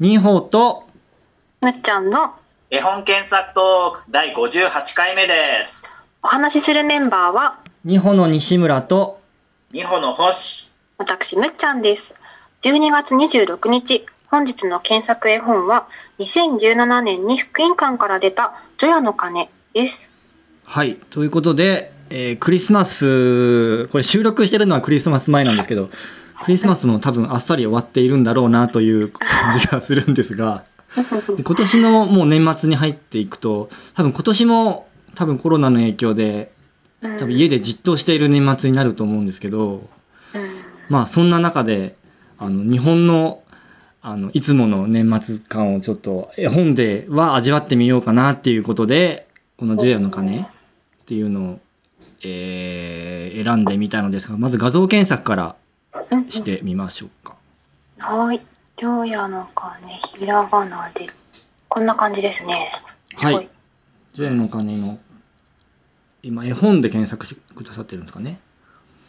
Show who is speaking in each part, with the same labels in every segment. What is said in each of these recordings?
Speaker 1: ニホと
Speaker 2: むっちゃんの
Speaker 3: 絵本検索トーク第58回目です。
Speaker 2: お話しするメンバーは
Speaker 1: ニホの西村と
Speaker 3: 二歩の星。
Speaker 2: 私むっちゃんです12月26日本日の検索絵本は2017年に福音館から出た「除夜の鐘」です
Speaker 1: はいということで、えークリスマスこれ収録してるのはクリスマス前なんですけどクリスマスも多分あっさり終わっているんだろうなという感じがするんです がで今年のもう年末に入っていくと多分今年も多分コロナの影響で多分家でじっとしている年末になると思うんですけど
Speaker 2: うん
Speaker 1: まあそんな中であの日本のあのいつもの年末感をちょっと絵本では味わってみようかなっていうことでこの「ジュエの鐘」っていうのを、えー選んでみたのですがまず画像検索から
Speaker 2: うん
Speaker 1: してみましょうか。
Speaker 2: はい「除夜の鐘」ひらがなでこんな感じですね
Speaker 1: は
Speaker 2: はい
Speaker 1: い。ジュエの鐘の今絵本で検索してくださってるんですかね。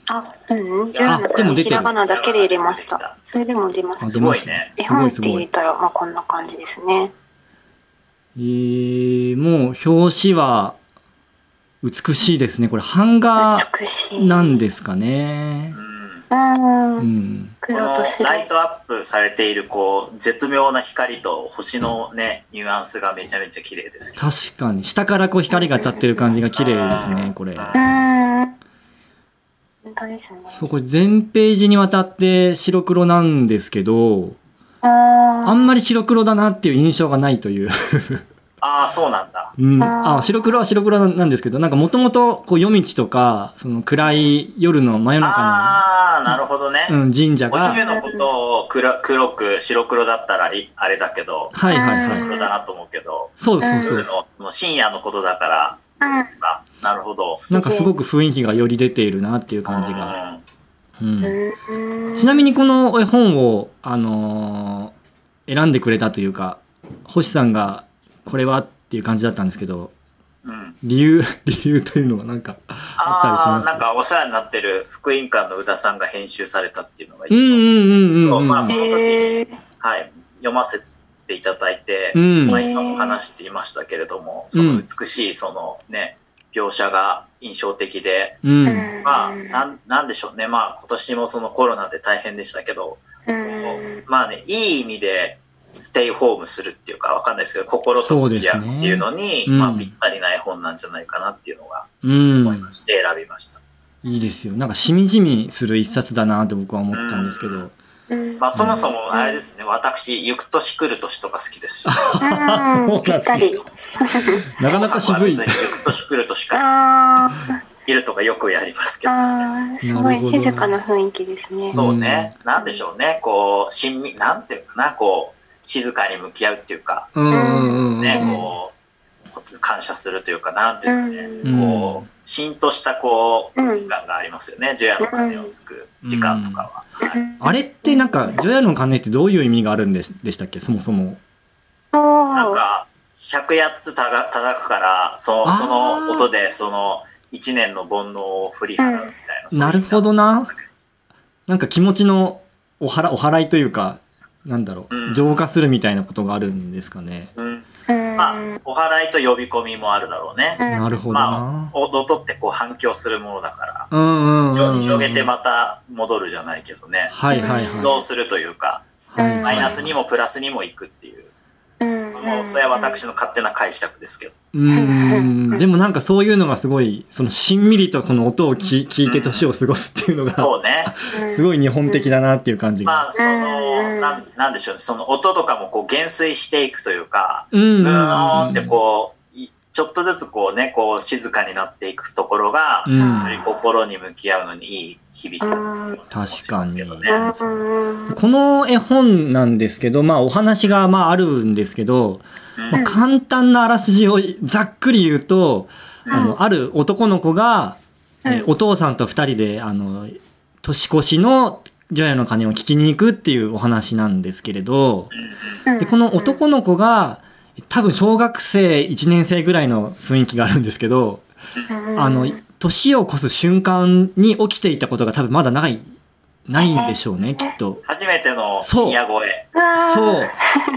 Speaker 2: あうんうん除夜の
Speaker 1: あでも
Speaker 2: 鐘
Speaker 1: 出て
Speaker 2: ひ
Speaker 1: る
Speaker 2: らがなだけで入れましたそれでも出ま
Speaker 1: あ
Speaker 2: す
Speaker 3: すごいね
Speaker 2: 絵
Speaker 1: すご
Speaker 2: 本
Speaker 1: い
Speaker 2: っ
Speaker 1: す
Speaker 2: て
Speaker 1: ご
Speaker 2: 入
Speaker 1: い
Speaker 2: れ。たらまあこんな感じですね
Speaker 1: えー、もう表紙は美しいですね。これ版画
Speaker 2: 美しい
Speaker 1: なんですかね
Speaker 3: う。ん。
Speaker 2: うん
Speaker 1: うん。
Speaker 3: こ
Speaker 2: 黒
Speaker 3: の
Speaker 2: と
Speaker 3: ライ
Speaker 2: 白
Speaker 3: トアップされているこう絶妙な光と星のねニュアンスがめちゃめちゃ綺麗ですけど。
Speaker 1: 確かに下からこう光が当たってる感じが綺麗ですねこれ
Speaker 2: うーん本当ですね
Speaker 1: そうこれ全ページにわたって白黒なんですけどあ
Speaker 2: あ
Speaker 1: んまり白黒だなっていう印象がないという、
Speaker 3: ああそうなんだ。
Speaker 1: うん、
Speaker 2: あー
Speaker 1: あ白黒は白黒なんですけどなんかもともと夜道とかその暗い夜の真夜中
Speaker 3: ああなるほどね。
Speaker 1: の、うん、神社
Speaker 3: お姫
Speaker 1: が
Speaker 3: のことを黒黒く白黒だったらいあれだけど
Speaker 1: はいはい
Speaker 2: うん
Speaker 1: はい
Speaker 3: 黒だなと思うけど
Speaker 1: そうですそう
Speaker 3: 夜
Speaker 1: です
Speaker 3: のもう深夜のことだから
Speaker 2: あうん
Speaker 3: あなるほど。
Speaker 1: なんかすごく雰囲気がより出ているなっていう感じが、
Speaker 3: うん
Speaker 1: うん、
Speaker 2: うん
Speaker 1: ちなみにこの絵本を、あのー選んでくれたというか星さんがこれはっていう感じだったんですけど
Speaker 3: うん
Speaker 1: 理由 理由というのはなんかあ
Speaker 3: あ
Speaker 1: っ
Speaker 3: あ
Speaker 1: た
Speaker 3: な
Speaker 1: りします
Speaker 3: んかお世話になってる福音館の宇田さんが編集されたっていうのが、
Speaker 1: うんうんうんうんうん、
Speaker 3: まあその時に
Speaker 2: へー
Speaker 3: はい、読ませていただいて、
Speaker 1: うん
Speaker 3: まあ、
Speaker 2: へー
Speaker 3: 今も話していましたけれども、その美しいその、ね、描写が印象的で、
Speaker 1: うん
Speaker 2: うん
Speaker 3: まあ、なんなんでしょうね、まあ、今年もそのコロナで大変でしたけど、
Speaker 2: うん
Speaker 3: まあね、いい意味でステイホームするっていうか、わかんないですけど、心と向き合うっていうのに、
Speaker 1: そうですねうん
Speaker 3: まあ、ぴったりな絵本なんじゃないかなっていうのが
Speaker 1: うん
Speaker 3: 思いまして、選びました。
Speaker 1: いいですよなんかしみじみする一冊だなと僕は思ったんですけど、
Speaker 3: うん
Speaker 2: うん
Speaker 3: まあ、そもそも、あれですね、私、行く年来る年とか好きですし。
Speaker 2: うんぴったり
Speaker 1: なかなか渋い
Speaker 3: まあ別に行く年来る 年から
Speaker 2: あ
Speaker 3: いるとかよくやります
Speaker 2: ー
Speaker 3: けど。
Speaker 2: あーすご
Speaker 1: なるほど
Speaker 2: い静かな雰囲気ですね
Speaker 3: そうね、なんでしょうね、こう、親密、なんていうかな、こう、静かに向き合うっていうか、
Speaker 1: うんうんうんうん
Speaker 3: ね、こう、こう感謝するというか、なんていうんですか
Speaker 1: うん
Speaker 3: ね、こう、しんとした、こう、
Speaker 2: うん
Speaker 3: 時間がありますよね、除夜の鐘をつく時間とかは。はい
Speaker 1: あれってなんか「除夜の鐘」ってどういう意味があるんでしでしたっけそもそも
Speaker 2: そう
Speaker 3: なんか、108つたが叩くから、そ
Speaker 1: あー
Speaker 3: その音で、その、一年の煩悩を振り払うみたいな。そういう
Speaker 1: なるほどな。なんか気持ちのおはらお祓いというか、なんだろ
Speaker 3: う
Speaker 1: う、
Speaker 3: ん
Speaker 1: 浄化するみたいなことがあるんですかね。
Speaker 3: うん
Speaker 2: うん
Speaker 3: まあ、お祓いと呼び込みもあるだろうね。
Speaker 2: うん
Speaker 1: なるほど
Speaker 3: ま
Speaker 1: な
Speaker 3: あ、。音ってこう反響するものだか
Speaker 1: うんうん
Speaker 3: ら、
Speaker 1: うんうん。
Speaker 3: 広げてまた戻るじゃないけどね、
Speaker 1: はいはい
Speaker 3: 運
Speaker 1: は
Speaker 3: 動するというか、
Speaker 1: い。はいはい
Speaker 3: マイナスに。もプラスにもいくってい
Speaker 2: う
Speaker 3: う、
Speaker 2: ん
Speaker 3: もうそれは私の勝手な解釈ですけど、
Speaker 1: うんうんうん。でもなんかそういうのがすごい、そのしんみりとこの音をき聞いて年を過ごすっていうのが、
Speaker 3: そう ね、
Speaker 1: すごい日本的だなっていう感じが。
Speaker 3: まあ、そ
Speaker 2: うん
Speaker 3: の、なんなんでしょうね、その音とかもこう減衰していくというか、
Speaker 1: うんう
Speaker 3: うんーんって
Speaker 1: う
Speaker 3: こう、いちょっとずつこうね、こう静かになっていくところが、
Speaker 1: ん。う
Speaker 3: より
Speaker 1: ん。
Speaker 3: 心に向き合うのにいい響きだなと思いますけどね。
Speaker 1: 確
Speaker 2: う
Speaker 1: かに
Speaker 2: ん
Speaker 1: この絵本なんですけど、まあお話がまああるんですけど、
Speaker 3: う
Speaker 1: まあ、
Speaker 3: ん
Speaker 1: 簡単なあらすじをざっくり言うと、
Speaker 3: うん
Speaker 1: あのある男の子が、
Speaker 2: うん
Speaker 1: えーお父さんと二人であの年越しの除夜の鐘を聞きに行くっていうお話なんですけれど
Speaker 3: うんうん
Speaker 1: でこの男の子が多分小学生1年生ぐらいの雰囲気があるんですけど、
Speaker 2: うん
Speaker 1: あの年を越す瞬間に起きていたことが多分まだないないんでしょうね、きっと。
Speaker 3: 初めての
Speaker 1: そう
Speaker 3: 深夜越え。
Speaker 2: うわー
Speaker 1: そう。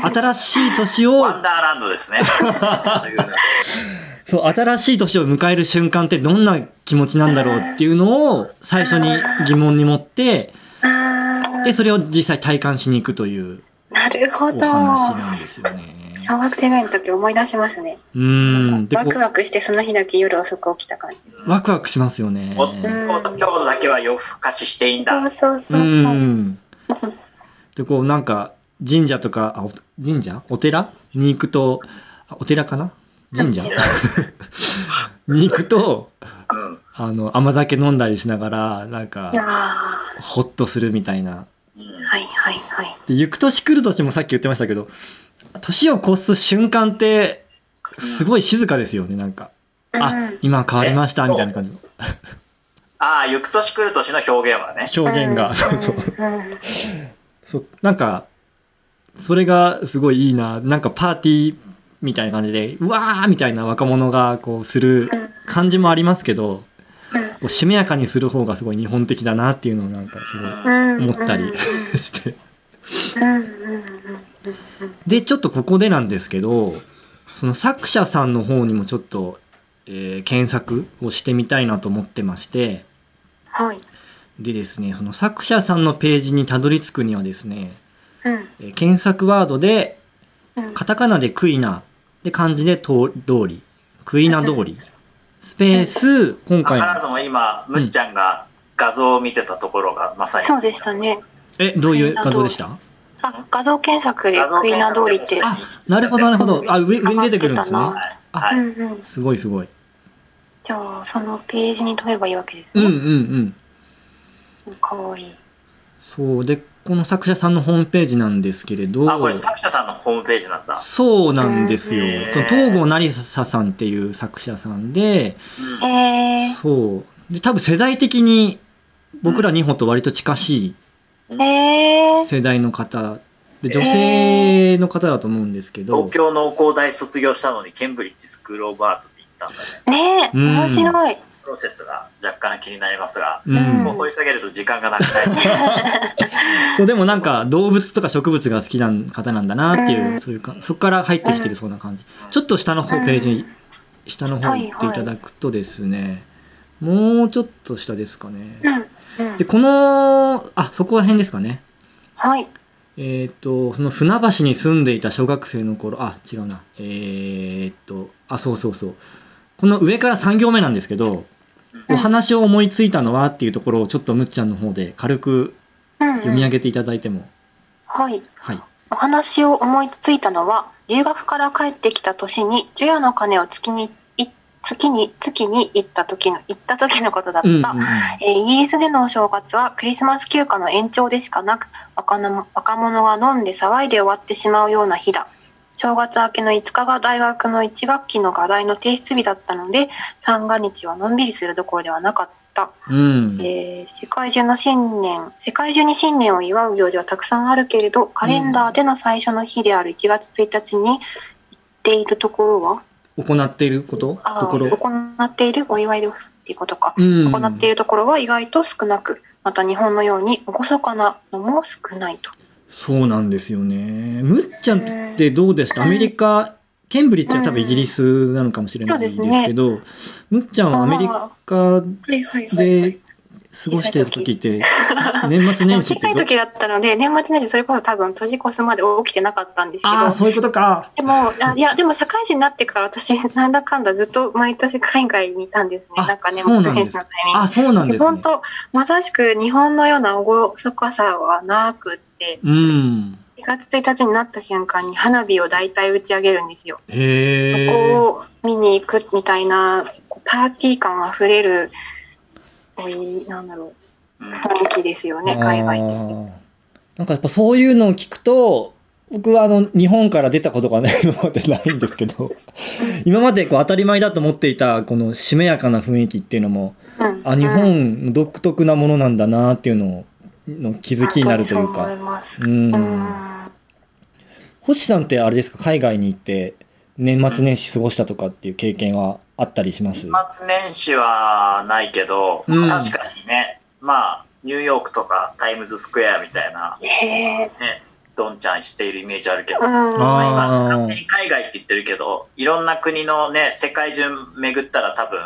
Speaker 1: 新しい年を、
Speaker 3: ワンダーランド ですね。というの
Speaker 1: そう、新しい年を迎える瞬間ってどんな気持ちなんだろうっていうのを最初に疑問に持って、
Speaker 2: あ
Speaker 1: で、
Speaker 2: ー
Speaker 1: それを実際体感しに行くという
Speaker 2: なるほ
Speaker 1: お
Speaker 2: ど。
Speaker 1: 話なんですよね。
Speaker 2: 小学生ぐらいの時思い出しますね。
Speaker 1: うーん。で、
Speaker 2: ワ
Speaker 1: こ
Speaker 2: ク
Speaker 1: う、
Speaker 2: ワクしてその日だけ夜遅く起きた感じ。
Speaker 1: ワクワクしますよね。
Speaker 3: お
Speaker 2: ん
Speaker 3: 今日だけは夜更かししていいん
Speaker 2: そう
Speaker 3: だ。
Speaker 2: そうそうう。
Speaker 1: ん。で、こう、なんか、神社とか、あお神社お寺に行くと、あお寺かな神社
Speaker 2: うん
Speaker 1: に行くと、
Speaker 3: うん
Speaker 1: あの、甘酒飲んだりしながら、なん
Speaker 2: いやー
Speaker 1: か、
Speaker 2: は
Speaker 1: ほっとするみたいな。
Speaker 3: うん
Speaker 2: いはいはい。
Speaker 1: で、行く年来る年もさっき言ってましたけど、年を越す瞬間って、すごい静かですよね、なんか。あ
Speaker 2: うん、
Speaker 1: 今変わりました、
Speaker 3: え
Speaker 1: みたいな感じの
Speaker 3: ああ、行く年来る年の表現はね。
Speaker 1: 表現が。そうそう。
Speaker 2: うんうん
Speaker 1: そうなんかそれがすごいいいななんかパーティーみたいな感じでうわーみたいな若者がこうする
Speaker 2: うん
Speaker 1: 感じもありますけど
Speaker 2: うん
Speaker 1: こうしめやかにする方がすごい日本的だなっていうのをなんかす
Speaker 3: うん
Speaker 2: うん
Speaker 1: 思ったり
Speaker 2: うん
Speaker 1: ごい して
Speaker 2: うんうんうんうんうん
Speaker 1: でちょっとここでなんですけどその作者さんの方にもちょっと、えー検索をしてみたいなと思ってまして
Speaker 2: はい。
Speaker 1: でですねその作者さんのページにたどり着くにはですね、
Speaker 2: うん
Speaker 1: えー検索ワードで
Speaker 2: うん
Speaker 1: カタカナでクイナ。で、漢字でと通り。クイナ通り。スペース、今
Speaker 3: 必
Speaker 1: 回
Speaker 3: ず
Speaker 1: の。
Speaker 3: も今、むっちゃんが画像を見てたところがまさに。
Speaker 2: そうでしたね。
Speaker 1: え、どういう画像でした
Speaker 2: あ、画像検索で
Speaker 3: 画像
Speaker 2: クイ
Speaker 3: 検
Speaker 2: ナ
Speaker 3: 索
Speaker 2: 通
Speaker 3: で
Speaker 2: りって。
Speaker 3: も
Speaker 1: あ、なるほど、なるほど。あ、上、上に出てくるんですね
Speaker 2: 上がって。
Speaker 1: あ
Speaker 3: は
Speaker 2: う
Speaker 3: い
Speaker 2: ん
Speaker 3: はい。
Speaker 2: うん。
Speaker 1: すごい、すごい。
Speaker 2: じゃあ、そのページに飛べばいいわけで
Speaker 1: うん、
Speaker 2: す
Speaker 1: うん、う
Speaker 2: ね。
Speaker 1: ん。
Speaker 2: うん。かわいい。
Speaker 1: そう。で、この作者さんのホームページなんですけれど、
Speaker 3: あ、これ作者さんのホームページなんだ。
Speaker 1: そうなんですよ
Speaker 3: へ。ー
Speaker 1: その東郷成沙さんっていう作者さんで、
Speaker 3: うん
Speaker 2: え
Speaker 1: そう。で、多分世代的に、僕ら日本と割と近しい
Speaker 2: ー、えー、
Speaker 1: 世代の方で女性の方だと思うんですけど、
Speaker 3: 東京農工大卒業したのにケンブリッジスクールオブアートに行ったんだね。
Speaker 2: ねえ、
Speaker 1: うん
Speaker 2: 面白い。
Speaker 3: プロセスが若干気になりますが、
Speaker 1: う
Speaker 2: うん
Speaker 3: もう掘り下げると時間がなくなります
Speaker 1: そうでもなんか動物とか植物が好きな方なんだなっていう、
Speaker 2: うん
Speaker 1: そういうかそこから入ってきてるそうな感じ、ち ょっと下の方ページ、
Speaker 2: うん
Speaker 1: 下の方行っていただくとですね、もうちょっと下ですかね、
Speaker 2: うん。うん
Speaker 1: で。このあそこら辺ですかね
Speaker 2: はい。
Speaker 1: えっ、とその船橋に住んでいた小学生の頃あ違うなえーっとあそうそうそうこの上から3行目なんですけど、
Speaker 3: うん
Speaker 1: お話を思いついたのはっていうところをちょっとむっちゃんの方で軽く
Speaker 2: うん、
Speaker 1: 読み上
Speaker 2: げ。
Speaker 1: げていただいても、
Speaker 2: はい。
Speaker 1: はい。
Speaker 2: お話を思いついたのは、留学から帰ってきた年に、除夜の鐘を月に、い月に、月に行った時の、行った時のことだった。
Speaker 1: うんうんうん
Speaker 2: えーイギリスでのお正月はクリスマス休暇の延長でしかなく若者若者が飲んで騒いで終わってしまうような日だ正月明けの5日が大学の1学期の課題の提出日だったので三が日はのんびりするどころではなかった、
Speaker 1: うん
Speaker 2: えー世界中の新年世界中に新年を祝う行事はたくさんあるけれどカレンダーでの最初の日である1月1日に行っているところは
Speaker 1: 行っていること
Speaker 2: あー
Speaker 1: ところ、
Speaker 2: 行っているお祝いでっていうことか
Speaker 1: うん、
Speaker 2: 行っているところは意外と少なく、また日本のように厳かなのも少ないと。
Speaker 1: そうなんですよねむっちゃんってどうでしたアメリカケンブリッジは多分イギリスなのかもしれないですけど、むっちゃんはアメリカ
Speaker 2: はいはい
Speaker 1: で過ごしてる時って年 末
Speaker 2: でも
Speaker 1: 年始っ
Speaker 2: 小さ
Speaker 1: て
Speaker 2: い
Speaker 1: ど
Speaker 2: 時だったので、年末年始それこそ多分年越すまで起きてなかったんですけ
Speaker 1: ああ
Speaker 2: ど、
Speaker 1: そういうことか
Speaker 2: でも、あいや、でも社会人になってから私、 なんだかんだずっと毎年海外にいたんです
Speaker 1: あ
Speaker 2: ね。なんかね、
Speaker 1: そうなんで
Speaker 2: 年
Speaker 1: す
Speaker 2: 始のタイミング
Speaker 1: あそうなんです
Speaker 2: 本
Speaker 1: ね
Speaker 2: 当、まさしく日本のような厳かさはなくって、
Speaker 1: うん
Speaker 2: 4月1日になった瞬間に花火を大体打ち上げるんですよ。そ
Speaker 1: へえ
Speaker 2: こを見に行くみたいなこうパーティー感あふれるおいなんだろ
Speaker 3: うん
Speaker 2: う雰囲気ですよね海外
Speaker 1: あ
Speaker 2: で。
Speaker 1: ーなんかやっぱそういうのを聞くと僕はあの日本から出たことがないのでないんですけど今までこう当たり前だと思っていたこのしめやかな雰囲気っていうのも
Speaker 2: うん
Speaker 1: あ日本独特なものなんだなっていうのをの気づきになるという
Speaker 2: 本当にそう思い
Speaker 1: か。
Speaker 2: ます。
Speaker 1: う、
Speaker 2: うんん
Speaker 1: 星さんってあれですか海外に行って年末年始過ごしたとかっていう経験はあったりします
Speaker 3: 年末年始はないけど、
Speaker 1: うん
Speaker 3: 確かにね、まあ、ニューヨークとかタイムズスクエアみたいな、
Speaker 2: へえ。
Speaker 3: ね、どんちゃんしているイメージあるけど、
Speaker 2: うん。
Speaker 1: あー
Speaker 3: まあ今勝手に海外って言ってるけど、いろんな国のね、世界中巡ったら多分、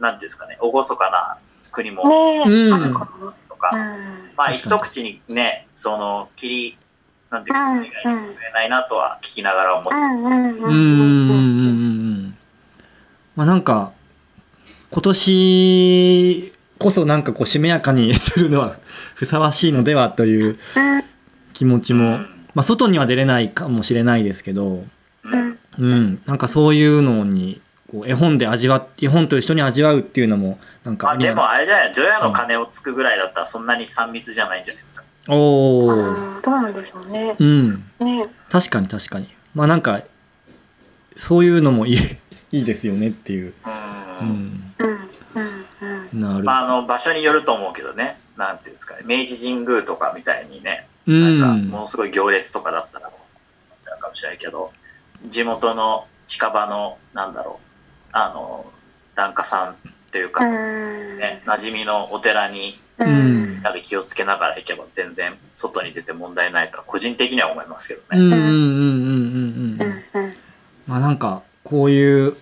Speaker 3: なんていうんですかね、厳かな国も
Speaker 2: ねえ。
Speaker 1: うん
Speaker 2: あるかな
Speaker 3: とか、
Speaker 2: うん。
Speaker 3: まあ
Speaker 1: 確か
Speaker 3: 一
Speaker 1: に
Speaker 3: 口にね、その、切り、なんていう
Speaker 2: う
Speaker 3: か、
Speaker 2: ん
Speaker 3: 言えないなとは聞きながら思っ
Speaker 2: う
Speaker 3: て、
Speaker 2: んう
Speaker 1: う
Speaker 2: んう
Speaker 1: うん
Speaker 2: んん
Speaker 1: うん
Speaker 2: うん。
Speaker 1: うん。まあなんか、今年こそなんかこうしめやかにするのはふさわしいのではという
Speaker 2: うん
Speaker 1: 気持ち
Speaker 3: う
Speaker 1: も、
Speaker 3: ん
Speaker 1: まあ外には出れないかもしれないですけど、
Speaker 3: う
Speaker 2: うんん
Speaker 1: うん、なんかそういうのに、こう絵本で味わっ絵本と一緒に味わうっていうのも、なんか
Speaker 3: まあでもあれじゃない、除夜
Speaker 1: う
Speaker 3: の
Speaker 1: ん
Speaker 3: 鐘をつくぐらいだったらそんなに3密じゃないんじゃないですか。
Speaker 1: お
Speaker 2: う
Speaker 1: ー、
Speaker 2: ん。どうなんでしょうね。
Speaker 1: うん、
Speaker 2: ね
Speaker 1: 確かに確かに。まあなんか、そういうのもいい いいですよねっていう。う
Speaker 3: うん。
Speaker 1: ん、
Speaker 2: え。うんうんうん。
Speaker 1: なる
Speaker 3: まああの場所によると思うけどね、なんていうんですかね、明治神宮とかみたいにね、
Speaker 1: う
Speaker 3: なんかも
Speaker 1: ん
Speaker 3: の、すごい行列とかだったら、なんかもしれないけど、地元の近場の、なんだろう、あの、檀家さんっていうか、
Speaker 2: うん。
Speaker 3: ね、馴染みのお寺に、
Speaker 2: う
Speaker 1: うん
Speaker 2: ん。
Speaker 3: なんで気をつけながら行けば全然外に出て問題ないとは個人的には思いますけど
Speaker 1: うんう
Speaker 3: ね。
Speaker 1: んうんうんうん
Speaker 2: う
Speaker 1: うんん。
Speaker 2: うん。
Speaker 1: まあなんか、こういう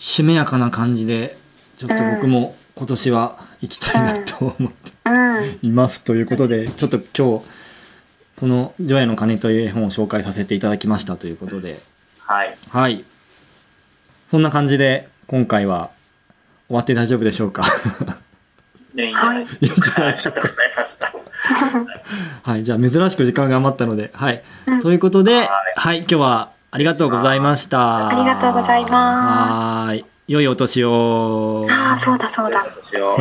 Speaker 1: しめやかな感じで、ちょっと僕も今年は行きたいなと思って。
Speaker 2: うん。
Speaker 1: いますということで、ちょっと今日、この「ジョエの鐘」という絵本を紹介させていただきましたということで、
Speaker 3: はい。
Speaker 1: はい。そんな感じで、今回は終わって大丈夫でしょうか。
Speaker 3: でいいんじゃない、
Speaker 2: はい
Speaker 1: いいんじゃ
Speaker 3: あ
Speaker 1: ない
Speaker 3: り
Speaker 1: でしょ
Speaker 3: が
Speaker 1: う
Speaker 3: とう
Speaker 1: か
Speaker 3: ございました。
Speaker 1: はい。じゃあ、珍しく時間が余ったので、はい。
Speaker 2: うん
Speaker 1: ということで、
Speaker 3: はい
Speaker 1: はい。今日はありがとうございました。。
Speaker 2: ありがとうございます
Speaker 1: はい。良いお年を。
Speaker 2: ああ、そうだそうだ。
Speaker 3: 私を